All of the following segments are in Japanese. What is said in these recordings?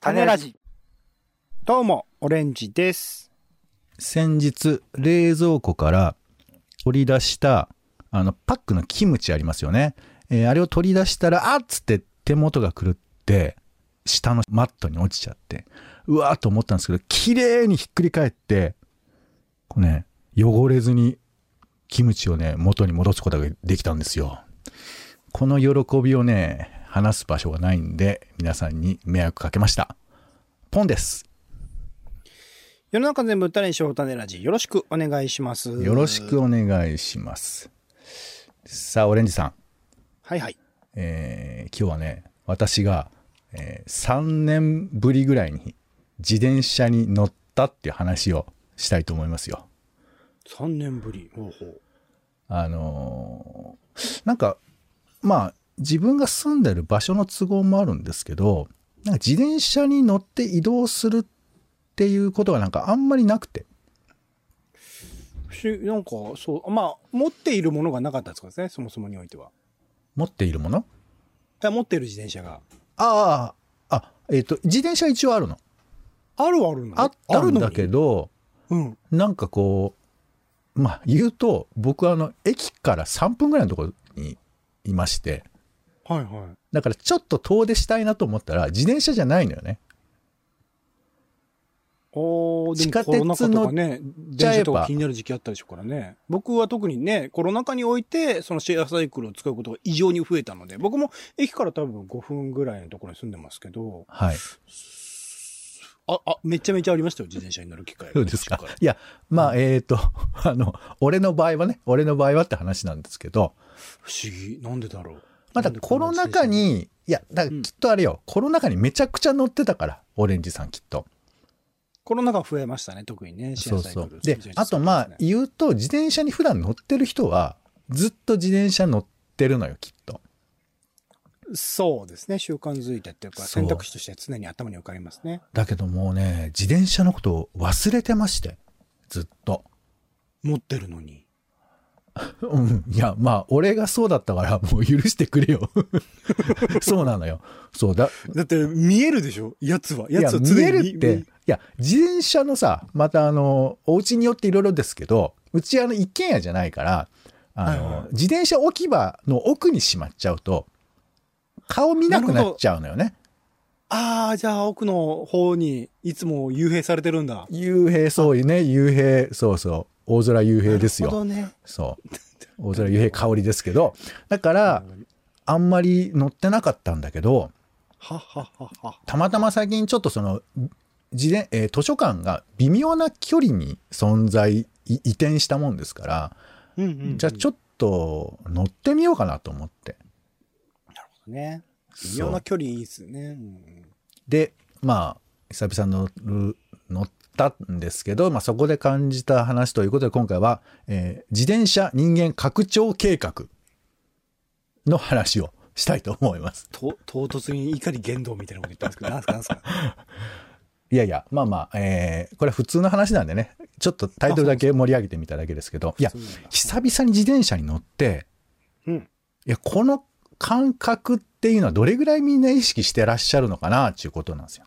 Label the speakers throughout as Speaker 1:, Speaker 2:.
Speaker 1: 種ラジ。どうも、オレンジです。
Speaker 2: 先日冷蔵庫から取り出したあのパックのキムチありますよね、えーあれを取り出したらあっつって手元が狂って下のマットに落ちちゃってうわーと思ったんですけど綺麗にひっくり返ってこうね汚れずにキムチをね元に戻すことができたんですよこの喜びをね話す場所がないんで皆さんに迷惑かけましたポンです
Speaker 1: 世の中全部歌にしよう、種ラジ。よろしくお願いします。
Speaker 2: よろしく。お願いします。さあ、オレンジさん、
Speaker 1: はいはい。
Speaker 2: えー今日はね、私が、え3年ぶりぐらいに自転車に乗ったっていう話をしたいと思いますよ。
Speaker 1: 3年ぶり。ほうほう。
Speaker 2: あのーなんか、まあ、自分が住んでる場所の都合もあるんですけど、なんか自転車に乗って移動するっていうことがなんかあんまりなくて。
Speaker 1: 不思議なんか、そう、まあ、持っているものがなかったですからね、そもそもにおいては。
Speaker 2: 持っているもの
Speaker 1: いや持っている自転車が。
Speaker 2: ああ、あ、えっ、と、自転車一応あるの。
Speaker 1: あるはあるの
Speaker 2: あったんだけ。
Speaker 1: ある
Speaker 2: ど、
Speaker 1: のにうん。
Speaker 2: なんかこう、まあ言うと、僕はあの、駅から3分ぐらいのところにいまして、
Speaker 1: はいはい。
Speaker 2: だからちょっと遠出したいなと思ったら、自転車じゃないのよね。
Speaker 1: おーで
Speaker 2: 地
Speaker 1: も
Speaker 2: 下
Speaker 1: コロナ禍とか
Speaker 2: 鉄
Speaker 1: ね、
Speaker 2: ちゃ
Speaker 1: 電車
Speaker 2: えば
Speaker 1: とか気になる時期あったでしょうからね。僕は特にね、コロナ禍において、そのシェアサイクルを使うことが異常に増えたので、僕も駅から多分5分ぐらいのところに住んでますけど、
Speaker 2: はい。
Speaker 1: あ、あ、めちゃめちゃありましたよ、自転車に乗る機会が。
Speaker 2: そうですか
Speaker 1: 昔ら。
Speaker 2: いや、まあえっ、と、 あの、俺の場合はね、俺の場合はって話なんですけど、
Speaker 1: 不思議。なんでだろう。
Speaker 2: まだコロナ禍に、いや、だからきっとあれよ、コロナ禍にめちゃくちゃ乗ってたから、オレンジさんきっと。
Speaker 1: コロナ禍増えましたね、特にね、シェ
Speaker 2: そ
Speaker 1: ア
Speaker 2: う
Speaker 1: サイ
Speaker 2: そ
Speaker 1: クル
Speaker 2: う。。で、あとまあ言うと、自転車に普段乗ってる人は、ずっと自転車乗ってるのよ、きっと。
Speaker 1: そうですね、習慣づいてっていうか、
Speaker 2: そう
Speaker 1: 選択肢として常に頭に浮かびますね。
Speaker 2: だけどもうね、自転車のことを忘れてまして、ずっと。
Speaker 1: 持ってるのに。
Speaker 2: うん。いや、まあ、俺がそうだったから、もう許してくれよ。 そうなのよ。そうだ。
Speaker 1: だって、見えるでしょやつは。
Speaker 2: いや、
Speaker 1: は
Speaker 2: 見えるっ
Speaker 1: 見
Speaker 2: て。いや、自転車のさ、またあの、お家によっていろいろですけど、うちあの、一軒家じゃないから、あの、
Speaker 1: はいはい
Speaker 2: 自転車置き場の奥にしまっちゃうと、顔見なくなっちゃうのよね。
Speaker 1: ああ、じゃあ奥の方にいつも幽閉されてるんだ。
Speaker 2: 幽閉、そういうね、幽閉、そうそう。大空幽閉です
Speaker 1: なる
Speaker 2: よ。
Speaker 1: ほどね。
Speaker 2: そう。大空幽閉香りですけど、だから、あんまり乗ってなかったんだけど、
Speaker 1: はっはっはっは。
Speaker 2: たまたま最近ちょっとその、自伝えー図書館が微妙な距離に存在、い移転したもんですから、
Speaker 1: うんうんうん
Speaker 2: じゃあちょっと乗ってみようかなと思って。
Speaker 1: ね。微
Speaker 2: そ
Speaker 1: 妙
Speaker 2: う
Speaker 1: な距離いいっすね。うんうん
Speaker 2: で、まあ、久々に乗る、乗ったんですけど、まあそこで感じた話ということで今回は、えー自転車人間拡張計画の話をしたいと思います。
Speaker 1: と、唐突に怒り言動みたいなこと言ったんですけど、なんすかなんす か。
Speaker 2: いやいや、まあまあ、えーこれは普通の話なんでね、ちょっとタイトルだけ盛り上げてみただけですけど、いや
Speaker 1: そう、なんだ
Speaker 2: 久々に自転車に乗って、
Speaker 1: うん。
Speaker 2: いや、この感覚っていうのはどれぐらいみんな意識してらっしゃるのかな、っていうことなんですよ。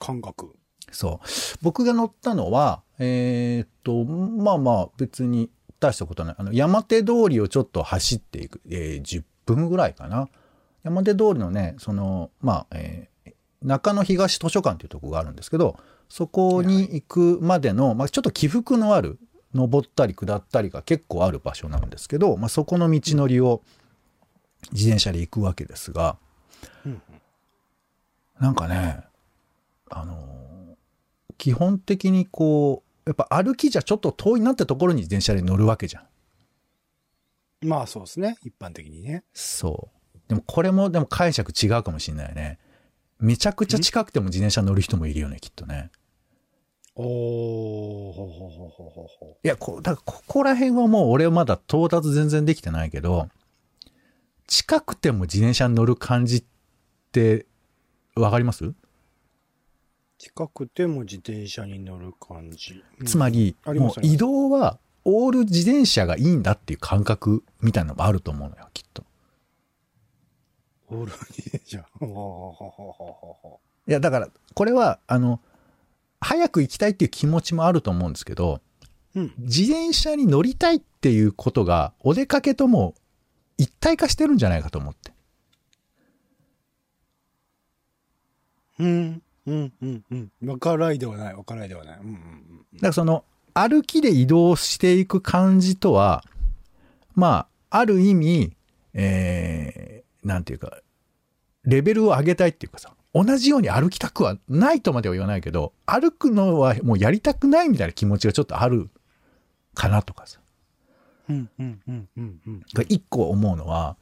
Speaker 1: 感覚。
Speaker 2: そう。僕が乗ったのは、えーっと、まあまあ、別に大したことない。あの、山手通りをちょっと走っていく、えー10分ぐらいかな。山手通りのね、その、まあ、えー中野東図書館というところがあるんですけど、そこに行くまでの、まあ、ちょっと起伏のある、登ったり下ったりが結構ある場所なんですけど、まあ、そこの道のりを自転車で行くわけですが、
Speaker 1: うん
Speaker 2: なんかね、あのー基本的にこう、やっぱ歩きじゃちょっと遠いなってところに自転車で乗るわけじゃん。
Speaker 1: うん。まあそうですね。一般的にね。
Speaker 2: そう。でもこれも、でも解釈違うかもしれないね。めちゃくちゃ近くても自転車乗る人もいるよね、きっとね。
Speaker 1: おー、ほうほうほうほうほうほ
Speaker 2: いや、こう、だからここら辺はもう俺はまだ到達全然できてないけど、近くても自転車に乗る感じって、わかります、
Speaker 1: う。近くても自転車に乗る感じ。
Speaker 2: つま
Speaker 1: り。
Speaker 2: り、
Speaker 1: ありま
Speaker 2: も
Speaker 1: す
Speaker 2: う移動はオール自転車がいいんだっていう感覚みたいなのもあると思うのよ、きっと。
Speaker 1: オール自転車。ほうほうほうほうほうほうほ
Speaker 2: いや、だから、これは、あの、早く行きたいっていう気持ちもあると思うんですけど、
Speaker 1: うん。
Speaker 2: 自転車に乗りたいっていうことが、お出かけとも一体化してるんじゃないかと思って。
Speaker 1: うん。うん。うん。うん。わからいではない。わからいではない。うん。うんうん
Speaker 2: だからその、歩きで移動していく感じとは、まあ、ある意味、えー、なんていうか、レベルを上げたいっていうかさ、同じように歩きたくはないとまでは言わないけど、歩くのはもうやりたくないみたいな気持ちがちょっとあるかなとかさ。
Speaker 1: うん。うん。うん。うん。うん。
Speaker 2: が一個思うのは、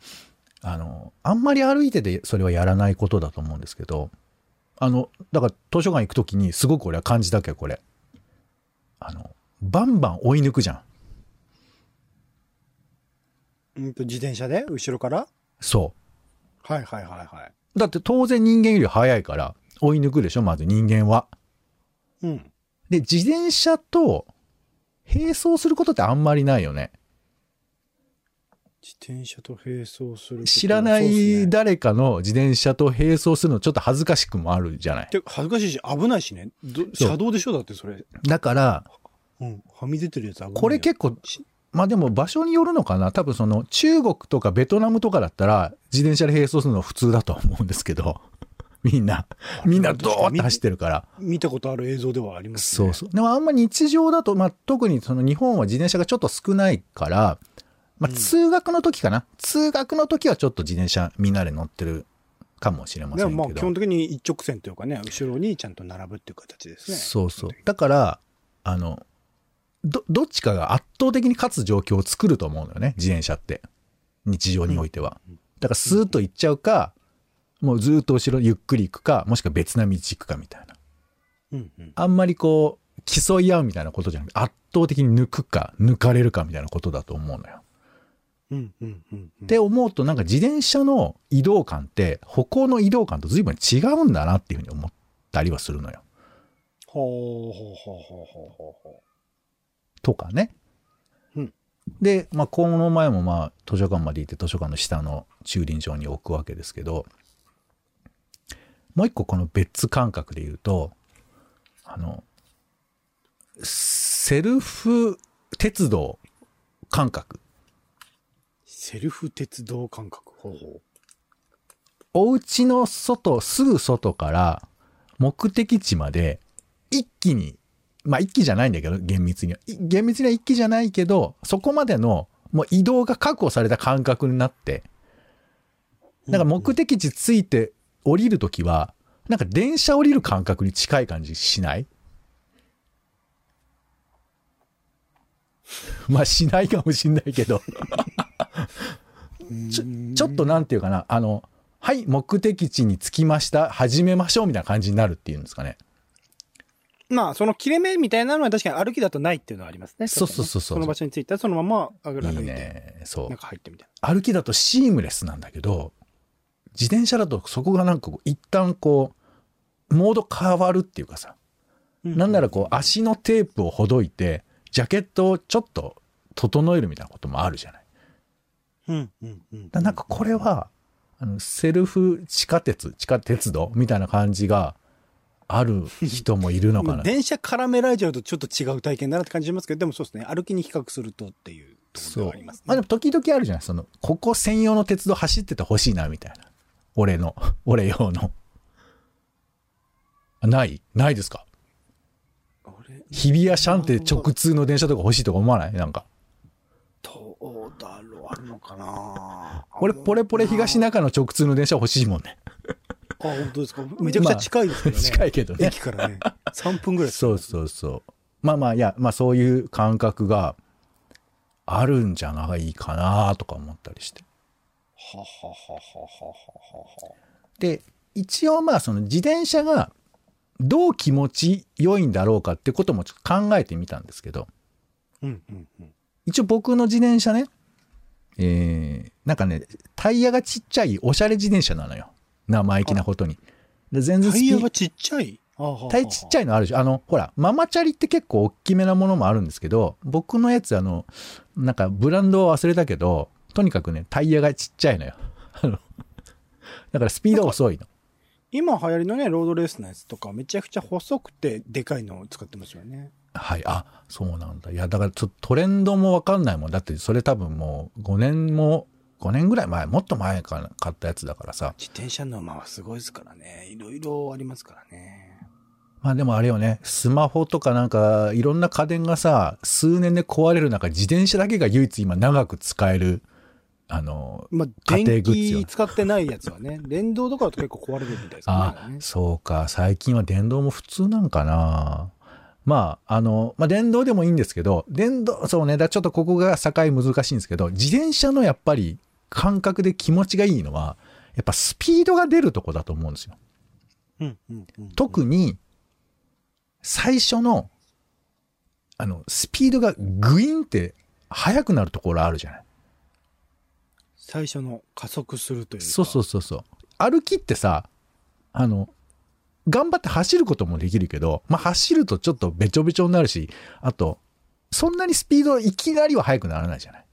Speaker 2: あの、あんまり歩いててそれはやらないことだと思うんですけど、あの、だから図書館行くときにすごく俺は感じたけど、これ。あの、バンバン追い抜くじゃん。
Speaker 1: うんと、自転車で後ろから
Speaker 2: そ
Speaker 1: はいはいはいは
Speaker 2: う。だって当然人間より速いから追い抜くでしょ、まず人間は。
Speaker 1: い。うん。
Speaker 2: で、自転車と並走することってあんまりないよね。
Speaker 1: 自転車と並走すること。
Speaker 2: 知らな
Speaker 1: そうっす
Speaker 2: い
Speaker 1: ね
Speaker 2: 誰かの自転車と並走するのちょっと恥ずかしくもあるじゃない。
Speaker 1: てか恥ずかしいし、危ないしね。ど
Speaker 2: そう
Speaker 1: 車道でしょだってそれ。
Speaker 2: だから、
Speaker 1: うん。はみ出てるやつ危ないよ。
Speaker 2: これ結構
Speaker 1: し、
Speaker 2: まあでも場所によるのかな、多分その中国とかベトナムとかだったら、自転車で並走するの普通だとは思うんですけど、 みんな、みんなドーって走ってるから。
Speaker 1: 見たことある映像ではあります
Speaker 2: そ
Speaker 1: ね。
Speaker 2: うそう。でもあんま日常だと、まあ特にその日本は自転車がちょっと少ないから、まあ
Speaker 1: うん
Speaker 2: 通学の時かな、通学の時はちょっと自転車みんなで乗ってるかもしれませ
Speaker 1: で
Speaker 2: んけど。
Speaker 1: もまあ基本的に一直線というかね、後ろにちゃんと並ぶっていう形ですね。
Speaker 2: そうそう。だから、あの、ど、どっちかが圧倒的に勝つ状況を作ると思うのよね、自転車って。日常においては。だから、スーッと行っちゃうか、もうずーっと後ろゆっくり行くか、もしくは別な道行くかみたいな。
Speaker 1: うんうん。
Speaker 2: あんまりこう、競い合うみたいなことじゃなくて、圧倒的に抜くか、抜かれるかみたいなことだと思うのよ。
Speaker 1: うんうんうんうん。
Speaker 2: っ、て思うと、なんか自転車の移動感って、歩行の移動感と随分違うんだなっていうふうに思ったりはするのよ。
Speaker 1: ほうほうほうほうほうほうほ
Speaker 2: とかね。
Speaker 1: うん
Speaker 2: で、まあ、この前もまあ図書館まで行って図書館の下の駐輪場に置くわけですけどもう一個この別感覚で言うとあのセルフ鉄道感覚
Speaker 1: う。セルフ鉄道感覚。ほうほ
Speaker 2: お家の外すぐ外から目的地まで一気にまあ一気じゃないんだけど厳密にはい厳密には一気じゃないけどそこまでのもう移動が確保された感覚になって
Speaker 1: う。
Speaker 2: だから目的地ついて降りるときはなんか電車降りる感覚に近い感じしないまあしないかもしんないけど
Speaker 1: うん、
Speaker 2: ち
Speaker 1: ち
Speaker 2: ょちょっとなんていうかな、あの、はい、目的地に着きました、始めましょうみたいな感じになるっていうんですかね。
Speaker 1: まあ、その切れ目みたいなのは確かに歩きだとないっていうのはありますね。
Speaker 2: そうそうそうそ
Speaker 1: 確かにねそ
Speaker 2: う
Speaker 1: の場所に着いたらそのまま上が
Speaker 2: い
Speaker 1: る
Speaker 2: い
Speaker 1: いて、
Speaker 2: ね。そ
Speaker 1: なん
Speaker 2: う。
Speaker 1: か入ってみたい
Speaker 2: 歩きだとシームレスなんだけど、自転車だとそこがなんかこう、一旦こう、モード変わるっていうかさ、
Speaker 1: な。
Speaker 2: なんなら
Speaker 1: う
Speaker 2: こう、足のテープをほどいて、ジャケットをちょっと整えるみたいなこともあるじゃない。
Speaker 1: うんうんうん。
Speaker 2: だなんかこれは、あのセルフ地下鉄、地下鉄道みたいな感じがある人もいるのかな。
Speaker 1: 電車絡められちゃうとちょっと違う体験だなって感じますけど、でもそうですね。歩きに比較するとっていうところではあります
Speaker 2: まあ
Speaker 1: ね
Speaker 2: で。も時々あるじゃないその、ここ専用の鉄道走っててほしいな、みたいな。俺の、 俺用の。あないないですか
Speaker 1: 俺
Speaker 2: 日比谷シャンテ直通の電車とか欲しいとか思わないなんか。
Speaker 1: どうだろう、あるのかな
Speaker 2: 俺、ポレポレ東中野直通の電車欲しいもんね。
Speaker 1: あ、本当ですか。めちゃくちゃ近いですけどね。
Speaker 2: 近いけどね。
Speaker 1: 駅からね。3分ぐらいです。
Speaker 2: そうそうそう。まあまあ、いや、まあそういう感覚があるんじゃないかなとか思ったりして。
Speaker 1: ははははははは。
Speaker 2: で、一応まあその自転車がどう気持ち良いんだろうかってこともちょっと考えてみたんですけど、
Speaker 1: うんうんうん。
Speaker 2: 一応僕の自転車ね、えー、なんかね、タイヤがちっちゃいおしゃれ自転車なのよ。生意気なことに。で全然
Speaker 1: タ
Speaker 2: ス
Speaker 1: イ
Speaker 2: ピ
Speaker 1: ヤ
Speaker 2: ー
Speaker 1: がちっちゃい
Speaker 2: タイヤちっち
Speaker 1: ゃい。
Speaker 2: ゃいのあるでしょあの、ほら、ママチャリって結構大きめなものもあるんですけど、僕のやつあの、なんかブランドは忘れたけど、とにかくね、タイヤがちっちゃいのよ。あのだからスピードは遅いの。
Speaker 1: 今流行りのね、ロードレースのやつとか、めちゃくちゃ細くてでかいのを使ってますよね。
Speaker 2: はい。あ、そうなんだ。いや、だからちょっとトレンドもわかんないもん。だってそれ多分もう5年も、5年ぐらい前、もっと前から買ったやつだからさ。
Speaker 1: 自転車の馬はすごいですからね。いろいろありますからね。
Speaker 2: まあでもあれよね、スマホとかなんかいろんな家電がさ、数年で壊れる中、自転車だけが唯一今長く使える、あの、
Speaker 1: まあ、
Speaker 2: 家庭
Speaker 1: 電
Speaker 2: グッズよ
Speaker 1: 気使ってないやつはね、 電動とかだと結構壊れるみたいですから
Speaker 2: あ
Speaker 1: ね。
Speaker 2: そうか最近は電動も普通なんかなまああの、まあ、電動でもいいんですけど電動そうねだからちょっとここが境難しいんですけど自転車のやっぱり感覚で気持ちがいいのはやっぱスピードが出るとこだと思うんですよ
Speaker 1: うんうんうん
Speaker 2: 特に最初のあのスピードがグインって速くなるところあるじゃない
Speaker 1: 最初の加速するというか。
Speaker 2: そうそうそうそう歩きってさあの頑張って走ることもできるけど、まあ、走るとちょっとべちょべちょになるしあとそんなにスピードいきなりは速くならないじゃない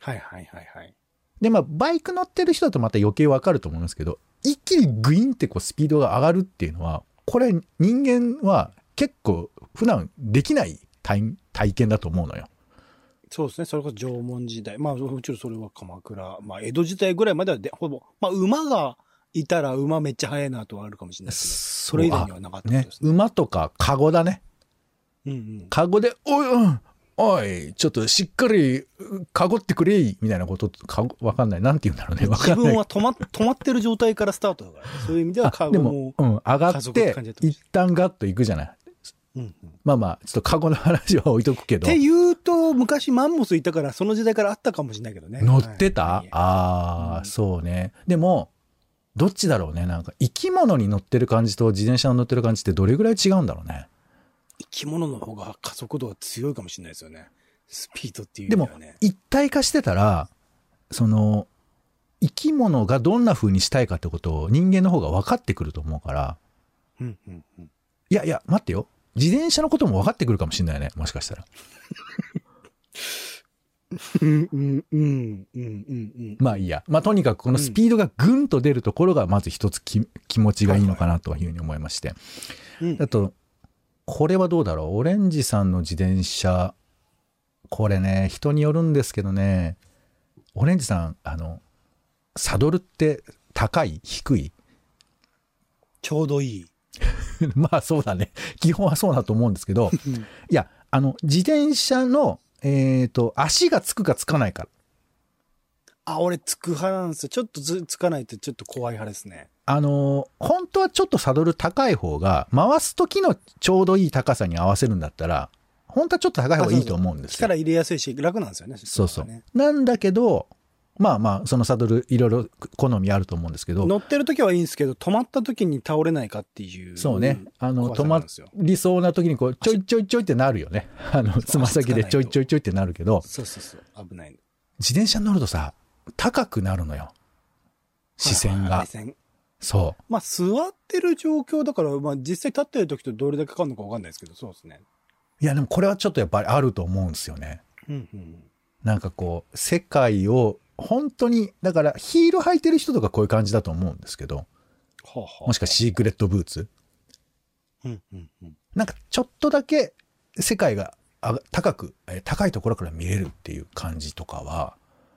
Speaker 1: はいはいはいはい。
Speaker 2: でまあバイク乗ってる人だとまた余計わかると思いますけど一気にグインってこうスピードが上がるっていうのはこれ人間は結構普段できない体体験だと思うのよ
Speaker 1: そうですね。それこそ縄文時代。まあ、もちろんそれは鎌倉。まあ、江戸時代ぐらいまではで、ほぼ、まあ、馬がいたら馬めっちゃ速いなとはあるかもしれないです
Speaker 2: そ
Speaker 1: けど、それ以外にはなかったこと
Speaker 2: ね
Speaker 1: ですね。
Speaker 2: 馬とかカゴだね
Speaker 1: うんうん。
Speaker 2: カゴで、おい、うん、おい、ちょっとしっかり、カゴってくれい、みたいなこと、カゴ、わかんない。なんて言うんだろうね。わか
Speaker 1: 自
Speaker 2: んない
Speaker 1: 分。は止ま止まってる状態からスタートだから、そういう意味ではカ
Speaker 2: で
Speaker 1: ゴ
Speaker 2: も
Speaker 1: も、、
Speaker 2: うん、上が
Speaker 1: 家
Speaker 2: っ
Speaker 1: 族って
Speaker 2: て
Speaker 1: 感じだ、と思う
Speaker 2: 一旦ガッと行くじゃない。
Speaker 1: うんうんっ
Speaker 2: まあまあ、ちょっとカゴの話は置いとくけど
Speaker 1: て。言うと、昔マンモスいたから、その時代からあったかもしれないけどね。
Speaker 2: 乗ってた、
Speaker 1: はい
Speaker 2: ああ、
Speaker 1: うん
Speaker 2: そうね。でも、どっちだろうね。なんか、生き物に乗ってる感じと自転車に乗ってる感じってどれぐらい違うんだろうね。
Speaker 1: 生き物の方が加速度が強いかもしれないですよね。スピードっていう
Speaker 2: で
Speaker 1: 意味
Speaker 2: も
Speaker 1: ではね。
Speaker 2: 一体化してたらその生き物がどんな風にしたいかってことを人間の方が分かってくると思うから
Speaker 1: うんうんうん。
Speaker 2: いやいや待ってよ自転車のことも分かってくるかもしれないねもしかしたら
Speaker 1: うんうんうんうんうんうん。
Speaker 2: まあいいやまあとにかくこのスピードがぐんと出るところがまず一つき気持ちがいいのかなというふうに思いまして
Speaker 1: うん
Speaker 2: あとこれはどうだろうオレンジさんの自転車これね人によるんですけどねオレンジさんあのサドルって高い低い
Speaker 1: ちょうどいい。
Speaker 2: まあそうだね。基本はそうだと思うんですけど、いや、あの、自転車の、えっ、と、足がつくかつかないか。
Speaker 1: あ、俺つく派なんですよ。ちょっとずつかないとちょっと怖い派ですね。
Speaker 2: あのー本当はちょっとサドル高い方が、回す時のちょうどいい高さに合わせるんだったら、本当はちょっと高い方がいいと思うんですよ。
Speaker 1: 力入れやすいし、楽なんですよね。
Speaker 2: そうそう
Speaker 1: ね。
Speaker 2: なんだけど、まあまあ、そのサドル、いろいろ好みあると思うんですけど、
Speaker 1: 乗ってる時はいいんですけど、止まった時に倒れないかっていう。
Speaker 2: そうね。あの、
Speaker 1: 怖さ
Speaker 2: 止
Speaker 1: な
Speaker 2: ま
Speaker 1: んですよ
Speaker 2: りそうな時に、こう、ちょいちょいちょいってなるよね。あの、つま先でちょいちょいちょいってなるけど、
Speaker 1: そうそうそう。危ない。
Speaker 2: 自転車に乗るとさ高くなるのよ視
Speaker 1: は
Speaker 2: 線
Speaker 1: いはいはい
Speaker 2: が
Speaker 1: 視線
Speaker 2: そ
Speaker 1: まあ、座ってる状況だから、まあ、実際立ってる時とどれだけかかるのかわかんないですけど、そうですね。
Speaker 2: ういやでもこれはちょっとやっぱりあると思うんですよね
Speaker 1: うんうん。
Speaker 2: なんかこう世界を本当にだからヒール履いてる人とかこういう感じだと思うんですけど
Speaker 1: はあ、は
Speaker 2: もしかシークレットブーツ
Speaker 1: うんうんうん。
Speaker 2: なんかちょっとだけ世界があが高くえー高いところから見れるっていう感じとかは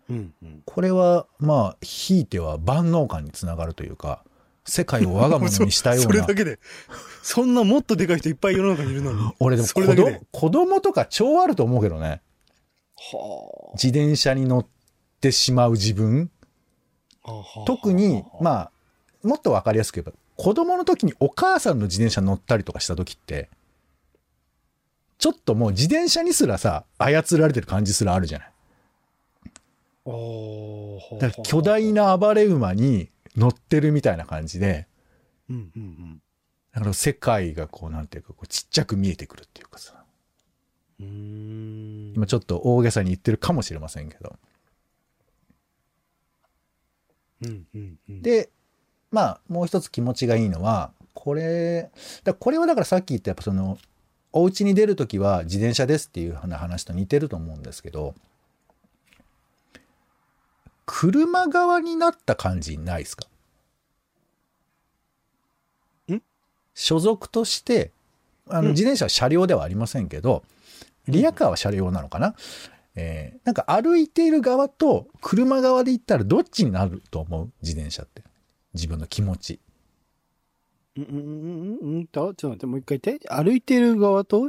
Speaker 1: うんうん。
Speaker 2: これはまあひいては万能感につながるというか世界を我が物にしたような
Speaker 1: それだけで。そんなもっとでかい人いっぱい世の中にいるのに。
Speaker 2: 俺でも
Speaker 1: そ
Speaker 2: 子
Speaker 1: れだけ
Speaker 2: 供
Speaker 1: で。
Speaker 2: 子供とか超あると思うけどね
Speaker 1: は
Speaker 2: 自転車に乗ってしまう自分
Speaker 1: あはあはあはあ。
Speaker 2: 特にまあもっと分かりやすく言えば子供の時にお母さんの自転車乗ったりとかした時ってちょっともう自転車にすらさ操られてる感じすらあるじゃない
Speaker 1: おー
Speaker 2: だから巨大、な暴れ馬に乗ってるみたいな感じで
Speaker 1: うんうんうん
Speaker 2: だから世界がこうなんていうかこうちっちゃく見えてくるっていうかさ
Speaker 1: うーん
Speaker 2: 今ちょっと大げさに言ってるかもしれませんけど
Speaker 1: うんうんうん
Speaker 2: で、まあ、もう一つ気持ちがいいのは、これ、だこれはだからさっき言った、やっぱその、お家に出るときは自転車ですっていう話と似てると思うんですけど、車側になった感じないですか所属としてあの
Speaker 1: うん
Speaker 2: 自転車は車両ではありませんけど、リアカーは車両なのかな、えーなんか歩いている側と車側で言ったらどっちになると思う自転車って自分の気持ち
Speaker 1: うんうんうんうんと、ちょっと待って、もう一回言って。歩いてる側と、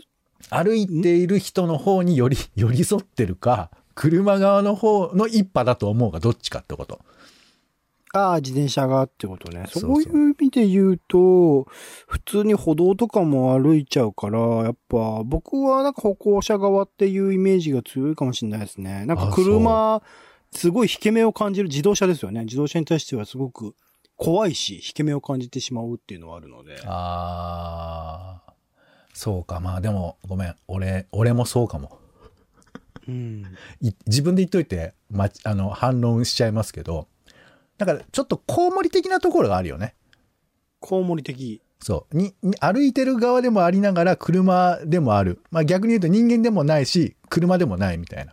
Speaker 2: 歩いている人の方により寄り添ってるか車側の方の一派だと思うがどっちかってこと
Speaker 1: ああ、自転車側ってことね。
Speaker 2: そう
Speaker 1: そ
Speaker 2: そう
Speaker 1: ういう意味で言うと、普通に歩道とかも歩いちゃうから、やっぱ僕はなんか歩行者側っていうイメージが強いかもしれないですね。なん
Speaker 2: あ
Speaker 1: か
Speaker 2: そう
Speaker 1: 車、すごい引け目を感じる自動車ですよね。自動車に対してはすごく怖いし、引け目を感じてしまうっていうのはあるので。
Speaker 2: あーそうかまあでもごめん俺俺もそうかも
Speaker 1: うん。
Speaker 2: い自分で言っといて、ま、あの反論しちゃいますけどだからちょっとコウモリ的なところがあるよね
Speaker 1: コウモリ的。
Speaker 2: そうにに歩いてる側でもありながら車でもある、まあ、逆に言うと人間でもないし車でもないみたいな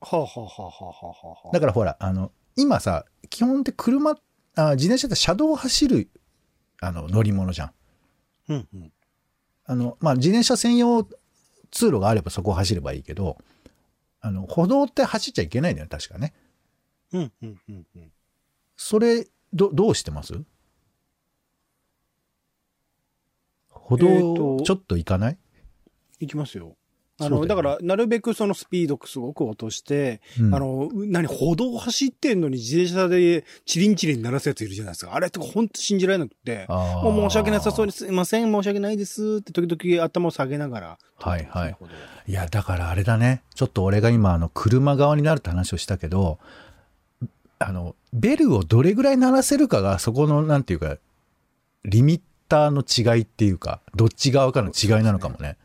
Speaker 1: はあ、はあはあはあはあはあ
Speaker 2: だからほら、あの、今さ、基本って車、あ自転車って車道を走る、あの、乗り物じゃん。
Speaker 1: うんうん。
Speaker 2: あの、まあ、自転車専用通路があればそこを走ればいいけど、あの、歩道って走っちゃいけないんだよね、確かね。
Speaker 1: うんうんうんうん。
Speaker 2: それ、ど、どうしてます歩
Speaker 1: え
Speaker 2: 道
Speaker 1: ー、と
Speaker 2: ちょっと行かない、
Speaker 1: いきますよ。あ
Speaker 2: そ
Speaker 1: の、
Speaker 2: うだ
Speaker 1: だ
Speaker 2: よね
Speaker 1: から、なるべくそのスピードすごく落として、
Speaker 2: うん
Speaker 1: あの、何、歩道走ってんのに自転車でチリンチリン鳴らすやついるじゃないですか。あれとか本当信じられなくて。
Speaker 2: あー
Speaker 1: もう申し訳なさそうにすいません、申し訳ないですって時々頭を下げながら。
Speaker 2: はいはい
Speaker 1: 歩道を
Speaker 2: いや、だからあれだね。ちょっと俺が今、あの、車側になるって話をしたけど、あの、ベルをどれぐらい鳴らせるかが、そこの、なんていうか、リミッターの違いっていうか、どっち側かの違いなのかもね。
Speaker 1: そうですね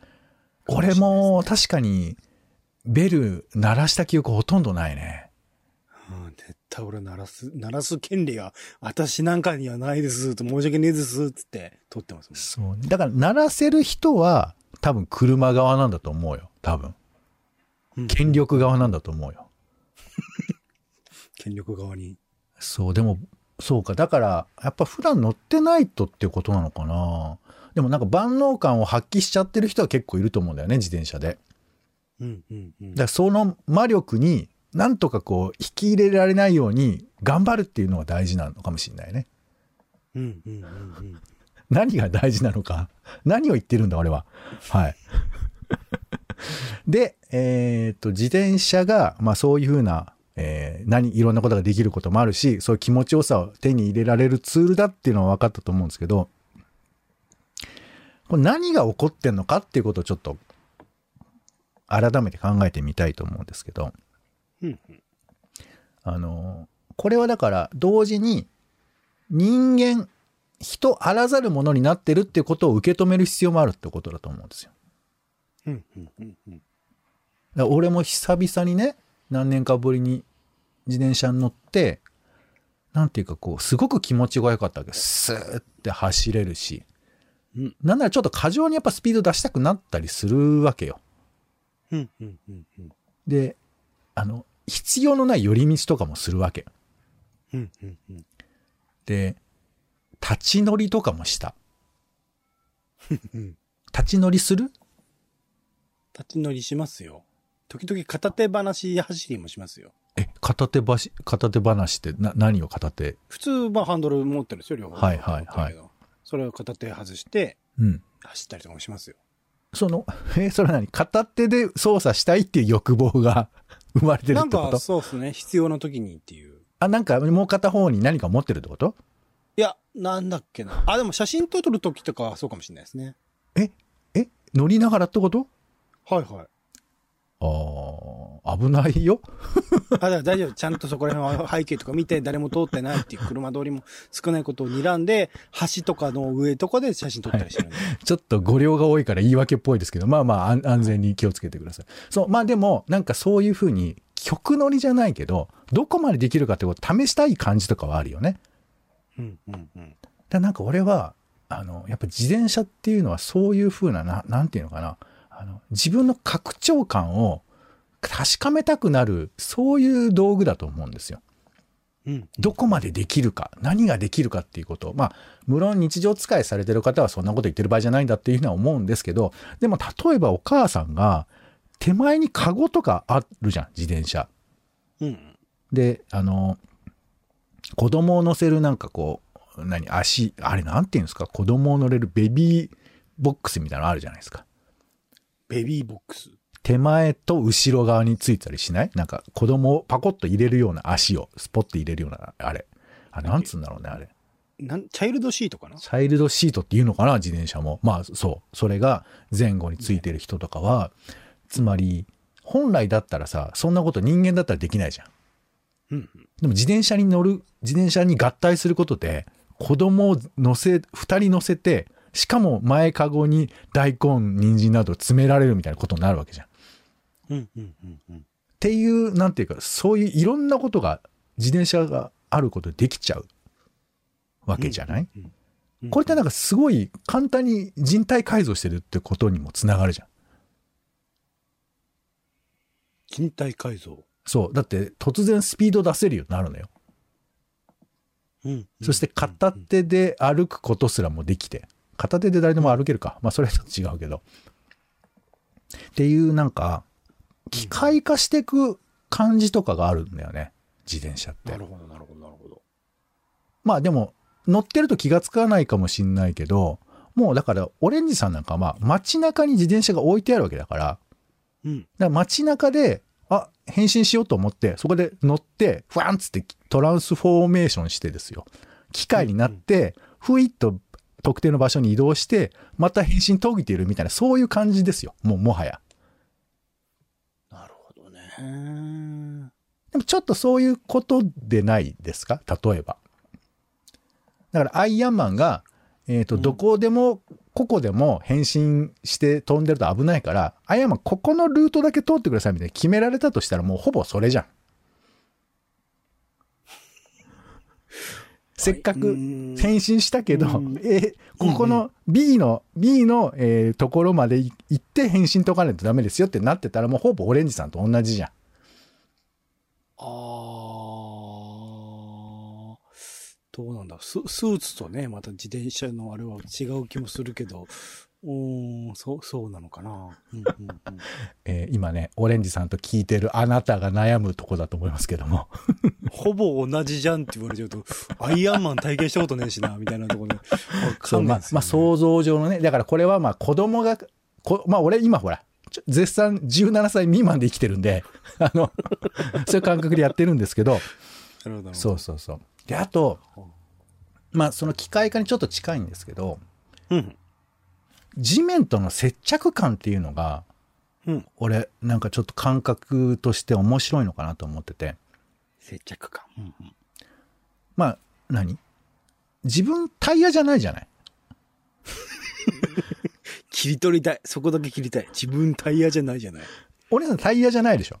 Speaker 2: 俺も、確かに、ベル鳴らした記憶ほとんどないね。
Speaker 1: うん、絶対俺鳴らす、鳴らす権利が、私なんかにはないですと、申し訳ねえですっつって撮ってますもん。
Speaker 2: そう。だから、鳴らせる人は、多分車側なんだと思うよ。多分。
Speaker 1: うん
Speaker 2: 権力側なんだと思うよ。
Speaker 1: 権力側に。
Speaker 2: そう、でも、そうか。だから、やっぱ普段乗ってないとっていうことなのかな。でもなんか万能感を発揮しちゃってる人は結構いると思うんだよね、自転車で。
Speaker 1: うんうんうん
Speaker 2: だか。らその魔力に、なんとかこう、引き入れられないように頑張るっていうのが大事なのかもしれないね。
Speaker 1: うんうんうんうん。
Speaker 2: 何が大事なのか。何を言ってるんだ、俺は。はい。で、えっと、自転車が、まあそういうふうな、えー何、いろんなことができることもあるし、そういう気持ちよさを手に入れられるツールだっていうのは分かったと思うんですけど、これ何が起こってんのかっていうことをちょっと、改めて考えてみたいと思うんですけど、
Speaker 1: うん
Speaker 2: あの、これはだから同時に人間、人あらざるものになってるってことを受け止める必要もあるってことだと思うんですよ。
Speaker 1: うんうんうんうん。
Speaker 2: だから俺も久々にね、何年かぶりに自転車に乗って、なんていうかこう、すごく気持ちが良かったわけです。スーって走れるし、
Speaker 1: うん
Speaker 2: なんならちょっと過剰にやっぱスピード出したくなったりするわけよ。
Speaker 1: うんうんうんうん。
Speaker 2: で、あの、必要のない寄り道とかもするわけ。
Speaker 1: うんうんうん。
Speaker 2: で、立ち乗りとかもした。
Speaker 1: うん
Speaker 2: 立ち乗りする
Speaker 1: 立ち乗りしますよ。時々片手話走りもしますよ。
Speaker 2: え、片手ばし、片手話ってな、何を片手
Speaker 1: 普通はハンドル持ってるんですよ、両方。
Speaker 2: はいはいはい
Speaker 1: い。それを片手外して
Speaker 2: うん。
Speaker 1: 走ったりとかもしますよ。
Speaker 2: その、え、それは何片手で操作したいっていう欲望が 生まれてる
Speaker 1: な
Speaker 2: って
Speaker 1: ん
Speaker 2: こ
Speaker 1: か
Speaker 2: と
Speaker 1: そうですね、必要な時にっていう。
Speaker 2: あ、なんかもう片方に何か持ってるってこと
Speaker 1: いや、なんだっけな。あ、でも写真撮る時とかはそうかもしれないですね。
Speaker 2: え、乗りながらってこと
Speaker 1: はいはい。
Speaker 2: ああ、危ないよ。
Speaker 1: あ、だから大丈夫。ちゃんとそこら辺は背景とか見て、誰も通ってないっていう車通りも少ないことを睨んで、橋とかの上とかで写真撮ったりしてるんで。
Speaker 2: ちょっと語量が多いから言い訳っぽいですけど、まあまあ安安全に気をつけてください。そう、まあでも、なんかそういうふうに、曲乗りじゃないけど、どこまでできるかってことを試したい感じとかはあるよね。
Speaker 1: うんうんうん。
Speaker 2: だなんか俺は、あの、やっぱ自転車っていうのはそういうふうな、ななんていうのかな、あの、自分の拡張感を確かめたくなる、そういう道具だと思うんですよ。
Speaker 1: うん。
Speaker 2: どこまでできるか、何ができるかっていうこと。まあ、無論日常使いされてる方はそんなこと言ってる場合じゃないんだっていうのは思うんですけど、でも例えばお母さんが、手前にカゴとかあるじゃん、自転車。
Speaker 1: うん。
Speaker 2: で、あの、子供を乗せるなんかこう、何、足、あれなんていうんですか、子供を乗れるベビーボックスみたいなのあるじゃないですか。
Speaker 1: ベビーボックス。
Speaker 2: 手前と後ろ側についてたりしないなんか子供をパコッと入れるような足をスポッて入れるようなあれあなんつうんだろうねあれ
Speaker 1: なん、チャイルドシートかな
Speaker 2: チャイルドシートっていうのかな自転車もまあそうそれが前後についてる人とかはつまり本来だったらさそんなこと人間だったらできないじゃん
Speaker 1: うん。
Speaker 2: でも自転車に乗る自転車に合体することで子供を乗せ2人乗せてしかも前かごに大根人参など詰められるみたいなことになるわけじゃん
Speaker 1: うん。うん。うん。うん。
Speaker 2: っていう、なんていうか、そういういろんなことが、自転車があることでできちゃうわけじゃない、
Speaker 1: うんうん
Speaker 2: これってなんかすごい簡単に人体改造してるってことにもつながるじゃん。
Speaker 1: 人体改造。
Speaker 2: そう。だって突然スピード出せるようになるのよ。
Speaker 1: うん。
Speaker 2: そして片手で歩くことすらもできて。片手で誰でも歩けるか。まあそれはちょっと違うけど。っていうなんか、機械化していく感じとかがあるんだよね。自転車って
Speaker 1: な。るほど、なるほど、なるほど。
Speaker 2: まあでも、乗ってると気がつかないかもしんないけど、もうだから、オレンジさんなんかはまあ街中に自転車が置いてあるわけだから、だか
Speaker 1: うん。
Speaker 2: ら街中で、あ、変身しようと思って、そこで乗って、フワンっつってトランスフォーメーションしてですよ。機械になって、ふいっと特定の場所に移動して、また変身途切てるみたいな、そういう感じですよ。もうもはや。
Speaker 1: なるほどね。
Speaker 2: でもちょっとそういうことでないですか例えば。だからアイアンマンが、えっ、と、
Speaker 1: うん
Speaker 2: どこでも、ここでも変身して飛んでると危ないから、アイアンマンここのルートだけ通ってくださいみたいに決められたとしたらもうほぼそれじ ゃん。せっか
Speaker 1: う
Speaker 2: く
Speaker 1: ん
Speaker 2: 変身したけど、
Speaker 1: うん
Speaker 2: えここの B の、B の、えーところまで行って変身解かないとダメですよってなってたらもうほぼオレンジさんと同じじゃん。
Speaker 1: あーどうなんだススーツとね、また自転車のあれは違う気もするけど、うーん、そう、そうなのかな。うんうんうん
Speaker 2: えー今ね、オレンジさんと聞いてるあなたが悩むとこだと思いますけども。
Speaker 1: ほぼ同じじゃんって言われちゃうと、アイアンマン体験したことねえしな、みたいなところ で。
Speaker 2: そう、まあ、まあ、
Speaker 1: う。
Speaker 2: 想像上のね、だからこれはまあ子供が、こまあ俺今ほら、ちょ絶賛17歳未満で生きてるんで、 あの、そういう感覚でやってるんですけど、
Speaker 1: なるほど。
Speaker 2: そうそうそう。で、あと、まあその機械化にちょっと近いんですけど、
Speaker 1: うん。
Speaker 2: 地面との接着感っていうのが、
Speaker 1: うん。
Speaker 2: 俺なんかちょっと感覚として面白いのかなと思ってて、
Speaker 1: 接着感。うんうん。
Speaker 2: まあ、何自分タイヤじゃないじゃない
Speaker 1: 切り取りたい。そこだけ切りたい。自分タイヤじゃないじゃない。
Speaker 2: お姉さんタイヤじゃないでしょ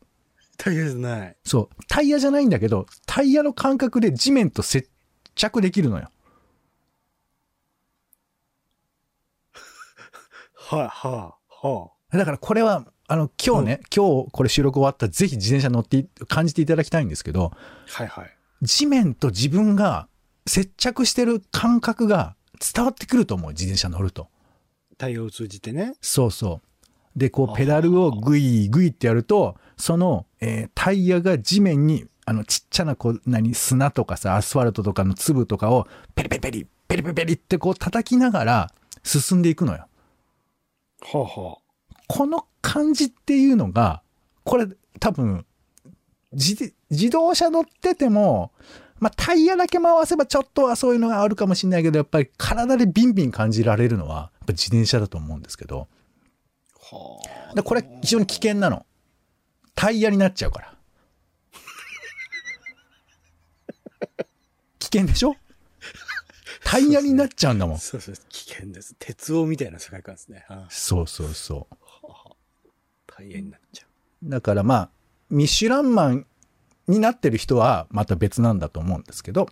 Speaker 1: タイヤじゃない。
Speaker 2: そう。タイヤじゃないんだけど、タイヤの感覚で地面と接着できるのよ。
Speaker 1: はあ、はあ、はあ。
Speaker 2: だからこれは、あの、今日ね、今日これ収録終わったらぜひ自転車乗ってい、感じていただきたいんですけど、
Speaker 1: はいはい。
Speaker 2: 地面と自分が接着してる感覚が伝わってくると思う、自転車乗ると。
Speaker 1: タイヤを通じてね。
Speaker 2: そうそう。で、こう、ペダルをグイグイってやると、その、えータイヤが地面に、あの、ちっちゃな、こう、何、砂とかさ、アスファルトとかの粒とかを、ペリペリペリ、ペリペリペリってこう叩きながら進んでいくのよ。
Speaker 1: はあ、は
Speaker 2: この感じっていうのが、これ多分、自、自動車乗ってても、まあ、タイヤだけ回せばちょっとはそういうのがあるかもしれないけど、やっぱり体でビンビン感じられるのは、やっぱ自転車だと思うんですけど、
Speaker 1: あ。はあ。
Speaker 2: でこれ非常に危険なの。タイヤになっちゃうから。 危険でしょタイヤになっちゃうんだも ん。
Speaker 1: そうそう、危険です。鉄王みたいな世界観ですね。はあ
Speaker 2: そうそうそう。
Speaker 1: タイヤになっちゃう。
Speaker 2: だからまあ、ミシュランマンになってる人はまた別なんだと思うんですけど、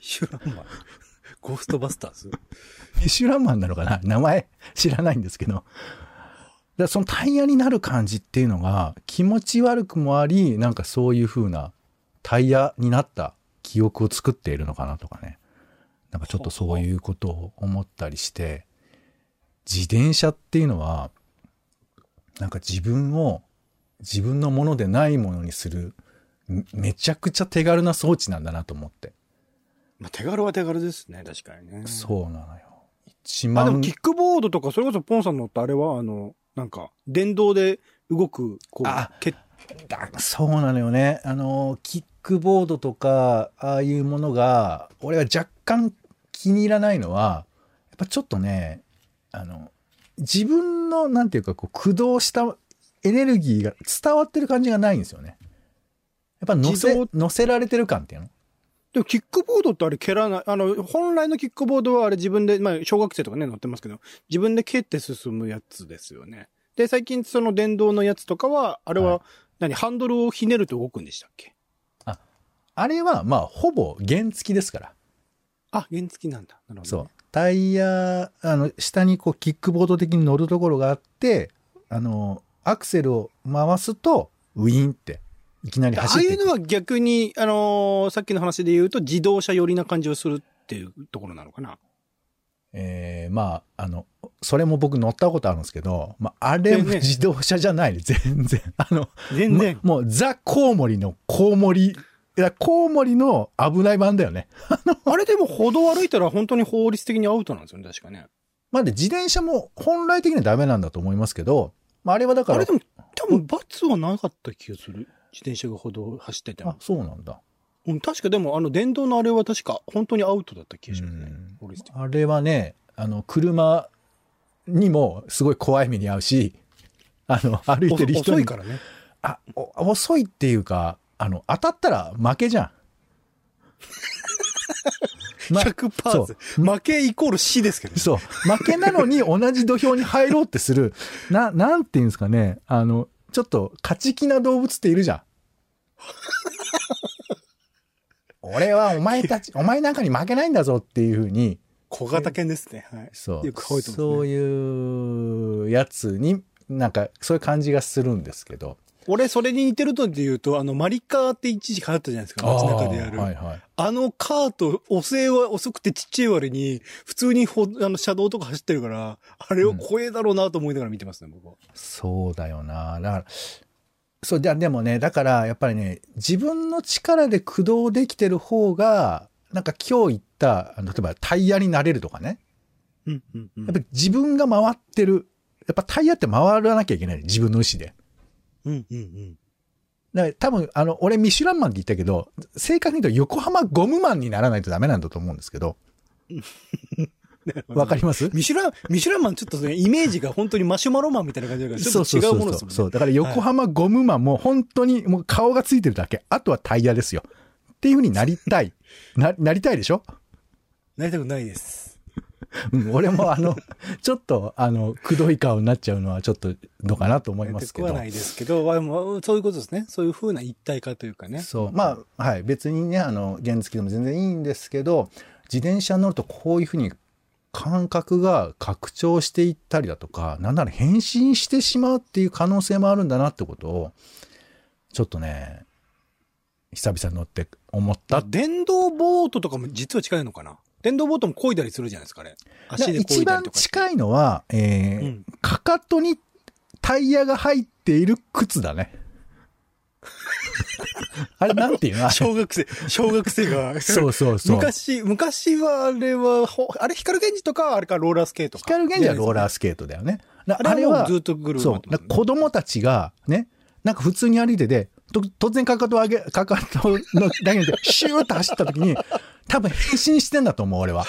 Speaker 1: シュランマン。 ゴーストバスターズ
Speaker 2: ミシュランマンなのかな 名前知らないんですけど。だからそのタイヤになる感じっていうのが気持ち悪くもあり、なんかそういう風なタイヤになった記憶を作っているのかなとかね。なんかちょっとそういうことを思ったりして、自転車っていうのは、なんか自分を自分のものでないものにする、めめちゃくちゃ手軽な装置なんだなと思って。
Speaker 1: まあ、手軽は手軽ですね、確かにね。
Speaker 2: そうなのよ。1
Speaker 1: まあでも
Speaker 2: 万
Speaker 1: キックボードとか、それこそポンさん乗ったあれは、あの、なんか、電動で動く、こ
Speaker 2: あ
Speaker 1: う、け
Speaker 2: だそうなのよねあのキックボードとかああいうものが俺は若干気に入らないのはやっぱちょっとねあの自分のなんていうかこう駆動したエネルギーが伝わってる感じがないんですよねやっぱ乗
Speaker 1: 自
Speaker 2: せ
Speaker 1: 動
Speaker 2: 乗せられてる感っていうの
Speaker 1: でもキックボードってあれ蹴らない、あの、本来のキックボードはあれ自分で、まあ、小学生とかね、乗ってますけど、自分で蹴って進むやつですよね。で、最近その電動のやつとかは、あれは、
Speaker 2: はい
Speaker 1: 何、ハンドルをひねると動くんでしたっけ
Speaker 2: あれはまあほぼ原付きですから
Speaker 1: あ、原付きなんだ。なるほど。
Speaker 2: そう。タイヤ、あの、下にこう、キックボード的に乗るところがあって、あの、アクセルを回すと、ウィーンって、いきなり
Speaker 1: あ
Speaker 2: 走
Speaker 1: あ
Speaker 2: っ
Speaker 1: い
Speaker 2: ていうく
Speaker 1: のは逆に、あのーさっきの話で言うと自動車寄りな感じをするっていうところなのかな。
Speaker 2: えーまあ、あの、それも僕乗ったことあるんですけど、まあ、あれも
Speaker 1: ねね
Speaker 2: 自動車じゃない、全然。あの、
Speaker 1: 全然。
Speaker 2: まもう、ザ・コウモリのコウモリ、いや、コウモリの危ない版だよね。
Speaker 1: あれでも歩道歩いたら本当に法律的にアウトなんですよね、確かね。
Speaker 2: まあ、で、自転車も本来的にはダメなんだと思いますけど、まあ、あれはだか
Speaker 1: あ
Speaker 2: ら
Speaker 1: れで、も多分罰はなかった気がする。自転車が歩道を走ってても
Speaker 2: あ、。そうなんだ。
Speaker 1: うん、確かでもあの電動のあれは確か本当にアウトだった気がしますね
Speaker 2: うん。
Speaker 1: 法律的に
Speaker 2: あれはね、あの、車にもすごい怖い目に遭うし、あの、歩いてる人に。
Speaker 1: 遅いからね。
Speaker 2: あお遅いっていうか、あの、当たったら負けじゃん。まそ
Speaker 1: 100%
Speaker 2: う
Speaker 1: です。負けイコール死ですけどね。
Speaker 2: そう。負けなのに同じ土俵に入ろうってする、な、なんていうんですかね、あの、ちょっと勝ち気な動物っている じゃん。俺はお前たち、お前なんかに負けないんだぞっていうふうに、
Speaker 1: 小型犬ですね。はい。
Speaker 2: そう。
Speaker 1: よく吠えてますね
Speaker 2: そういうやつに、なんか、そういう感じがするんですけど。
Speaker 1: 俺、それに似てるとで言うと、あの、マリカーって一時流行ったじゃないですか、街中でやる。
Speaker 2: はいはい。
Speaker 1: あのカート、遅いは遅くてちっちゃい割に、普通にほあの車道とか走ってるから、あれを怖えだろうなと思いながら見てますね、僕は。
Speaker 2: そうだよな。だから、そう、ででもね、だから、やっぱりね、自分の力で駆動できてる方が、なんか今日言った、あの例えばタイヤになれるとかね。
Speaker 1: うん、うん、うん
Speaker 2: やっぱり自分が回ってる。やっぱタイヤって回らなきゃいけない。自分の意思で。
Speaker 1: うん、うん、うん。
Speaker 2: だから多分、あの、俺ミシュランマンって言ったけど、正確に言うと横浜ゴムマンにならないとダメなんだと思うんですけど、 わかります
Speaker 1: ミシュラン、ミシュランマンちょっとね、イメージが本当にマシュマロマンみたいな感じだから、ち
Speaker 2: そ
Speaker 1: ょ
Speaker 2: う
Speaker 1: っと
Speaker 2: そう
Speaker 1: 違
Speaker 2: そうう
Speaker 1: もの
Speaker 2: そ
Speaker 1: で
Speaker 2: う
Speaker 1: すもんね。
Speaker 2: そうだから横浜ゴムマンも本当にもう顔がついてるだけ。あとはタイヤですよ。っていうふうにな りたい。な、なりたいでしょ
Speaker 1: なりたくないです。
Speaker 2: うん、俺もあの、ちょっとあの、くどい顔になっちゃうのはちょっとどかなと思いますけ
Speaker 1: なりたくは
Speaker 2: ど
Speaker 1: な。いですけど、わもうそういうことですね。そういう風な一体化というかね。
Speaker 2: そう。まあ、はい。別にね、あの、原付でも全然いいんですけど、自転車に乗るとこういうふうに感覚が拡張していったりだとか、なんなら変身してしまうっていう可能性もあるんだなってことを、ちょっとね、久々に乗って思った
Speaker 1: あ
Speaker 2: って。
Speaker 1: 電動ボートとかも実は近いのかな電動ボートも漕いだりするじゃないですか、あれ。足で漕
Speaker 2: 一
Speaker 1: いだり
Speaker 2: 番
Speaker 1: とか。
Speaker 2: 近いのは、えー
Speaker 1: うん
Speaker 2: かかとにタイヤが入っている靴だね。あれ、なんてい うのあれ
Speaker 1: 小学生、小学生が。
Speaker 2: そうそうそう。
Speaker 1: 昔、昔はあれは、ほあれ光源氏とか、あれかローラースケートか。
Speaker 2: 光源氏はローラー
Speaker 1: ス
Speaker 2: スケートだよね。な
Speaker 1: あれはもうずっとグループ
Speaker 2: そ
Speaker 1: に
Speaker 2: う
Speaker 1: なって。ま
Speaker 2: だ
Speaker 1: す
Speaker 2: か
Speaker 1: ね
Speaker 2: ら子供たちが、ね、なんか普通に歩いてて、と突然かかとを上げ、かかとのだけで、 シューッと走った時に、多分変身してんだと思う、俺は。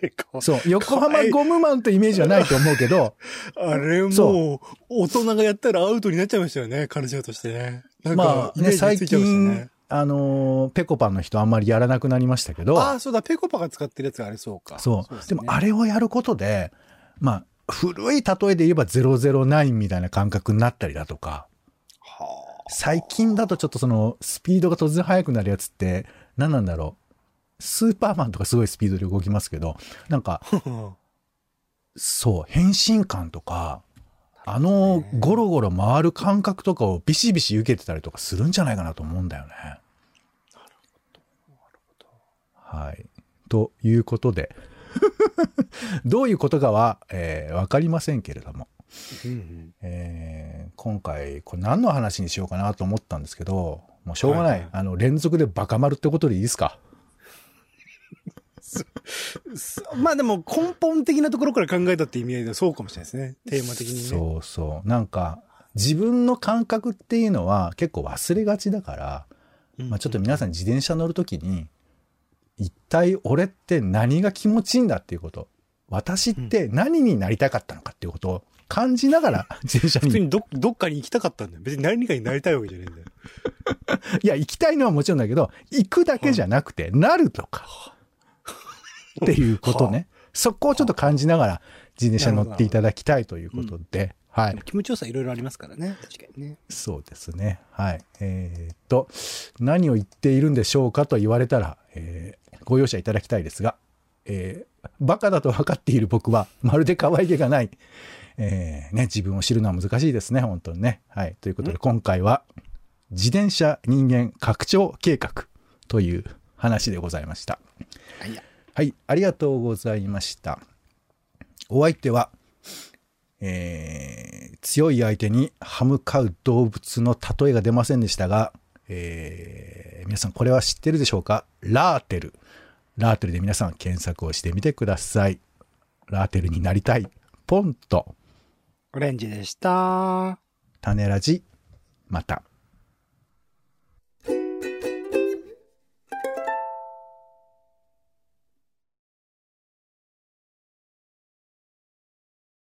Speaker 1: ケート
Speaker 2: そう。横浜ゴムマンってイメージはないと思うけど、
Speaker 1: あれも、
Speaker 2: そう
Speaker 1: 大人がやったらアウトになっちゃいましたよね、カルチャーとしてね。 なんか、
Speaker 2: まあ
Speaker 1: イメー
Speaker 2: ね、
Speaker 1: ジ
Speaker 2: 最
Speaker 1: ついちゃいました
Speaker 2: 近
Speaker 1: ね。、
Speaker 2: あのー、ペコパの人あんまりやらなくなりましたけど、
Speaker 1: ああ、そうだ、ペコパが使ってるやつがあれそうか。
Speaker 2: そう。
Speaker 1: す
Speaker 2: で
Speaker 1: ね
Speaker 2: もあれをやることで、まあ、古い例えで言えば009みたいな感覚になったりだとか、
Speaker 1: は
Speaker 2: 最近だとちょっとそのスピードが突然速くなるやつって何なんだろうスーパーマンとかすごいスピードで動きますけどなんか
Speaker 1: あ。
Speaker 2: そう変身感とかあのゴロゴロ回る感覚とかをビシビシ受けてたりとかするんじゃないかなと思うんだよね。はい。ということで、 どういうことかは、えー、わかりませんけれども、
Speaker 1: うん
Speaker 2: えー今回、これ何の話にしようかなと思ったんですけど、もうしょうがない。
Speaker 1: はいはい
Speaker 2: あの、連続でバカ丸ってことでいいですか
Speaker 1: うんまあでも根本的なところから考えたって意味合いではそうかもしれないですね。テーマ的にね。
Speaker 2: そうそう。なんか、自分の感覚っていうのは結構忘れがちだから、まあ、ちょっと皆さん自転車乗るときに、一体俺って何が気持ちいいんだっていうこと、私って何になりたかったのかっていうことを感じながら自転車
Speaker 1: 普通
Speaker 2: に、
Speaker 1: にどどっかに行きたかったんだよ。別に何かになりたいわけじゃないんだよ。
Speaker 2: いや、行きたいのはもちろんだけど、行くだけじゃなくて、なるとか、っていうことね。そこをちょっと感じながら自転車乗っていただきたいということで、はい。
Speaker 1: 気持ちよさいろいろありますからね。確かにね。
Speaker 2: そうですね。はい。えーっと、何を言っているんでしょうかと言われたら、えーご容赦いただきたいですが、えーバカだと分かっている僕は、まるで可愛げがない、えーね、自分を知るのは難しいですね、本当にね。はい。ということで、今回は、自転車人間拡張計画という話でございました。
Speaker 1: はいや。
Speaker 2: はい、ありがとうございました。お相手は、えー強い相手に歯向かう動物の例えが出ませんでしたが、えー皆さんこれは知ってるでしょうかラーテル。ラーテルで皆さん検索をしてみてください。ラーテルになりたい。ポンと、
Speaker 1: オレンジでした。
Speaker 2: 種ラジ、また。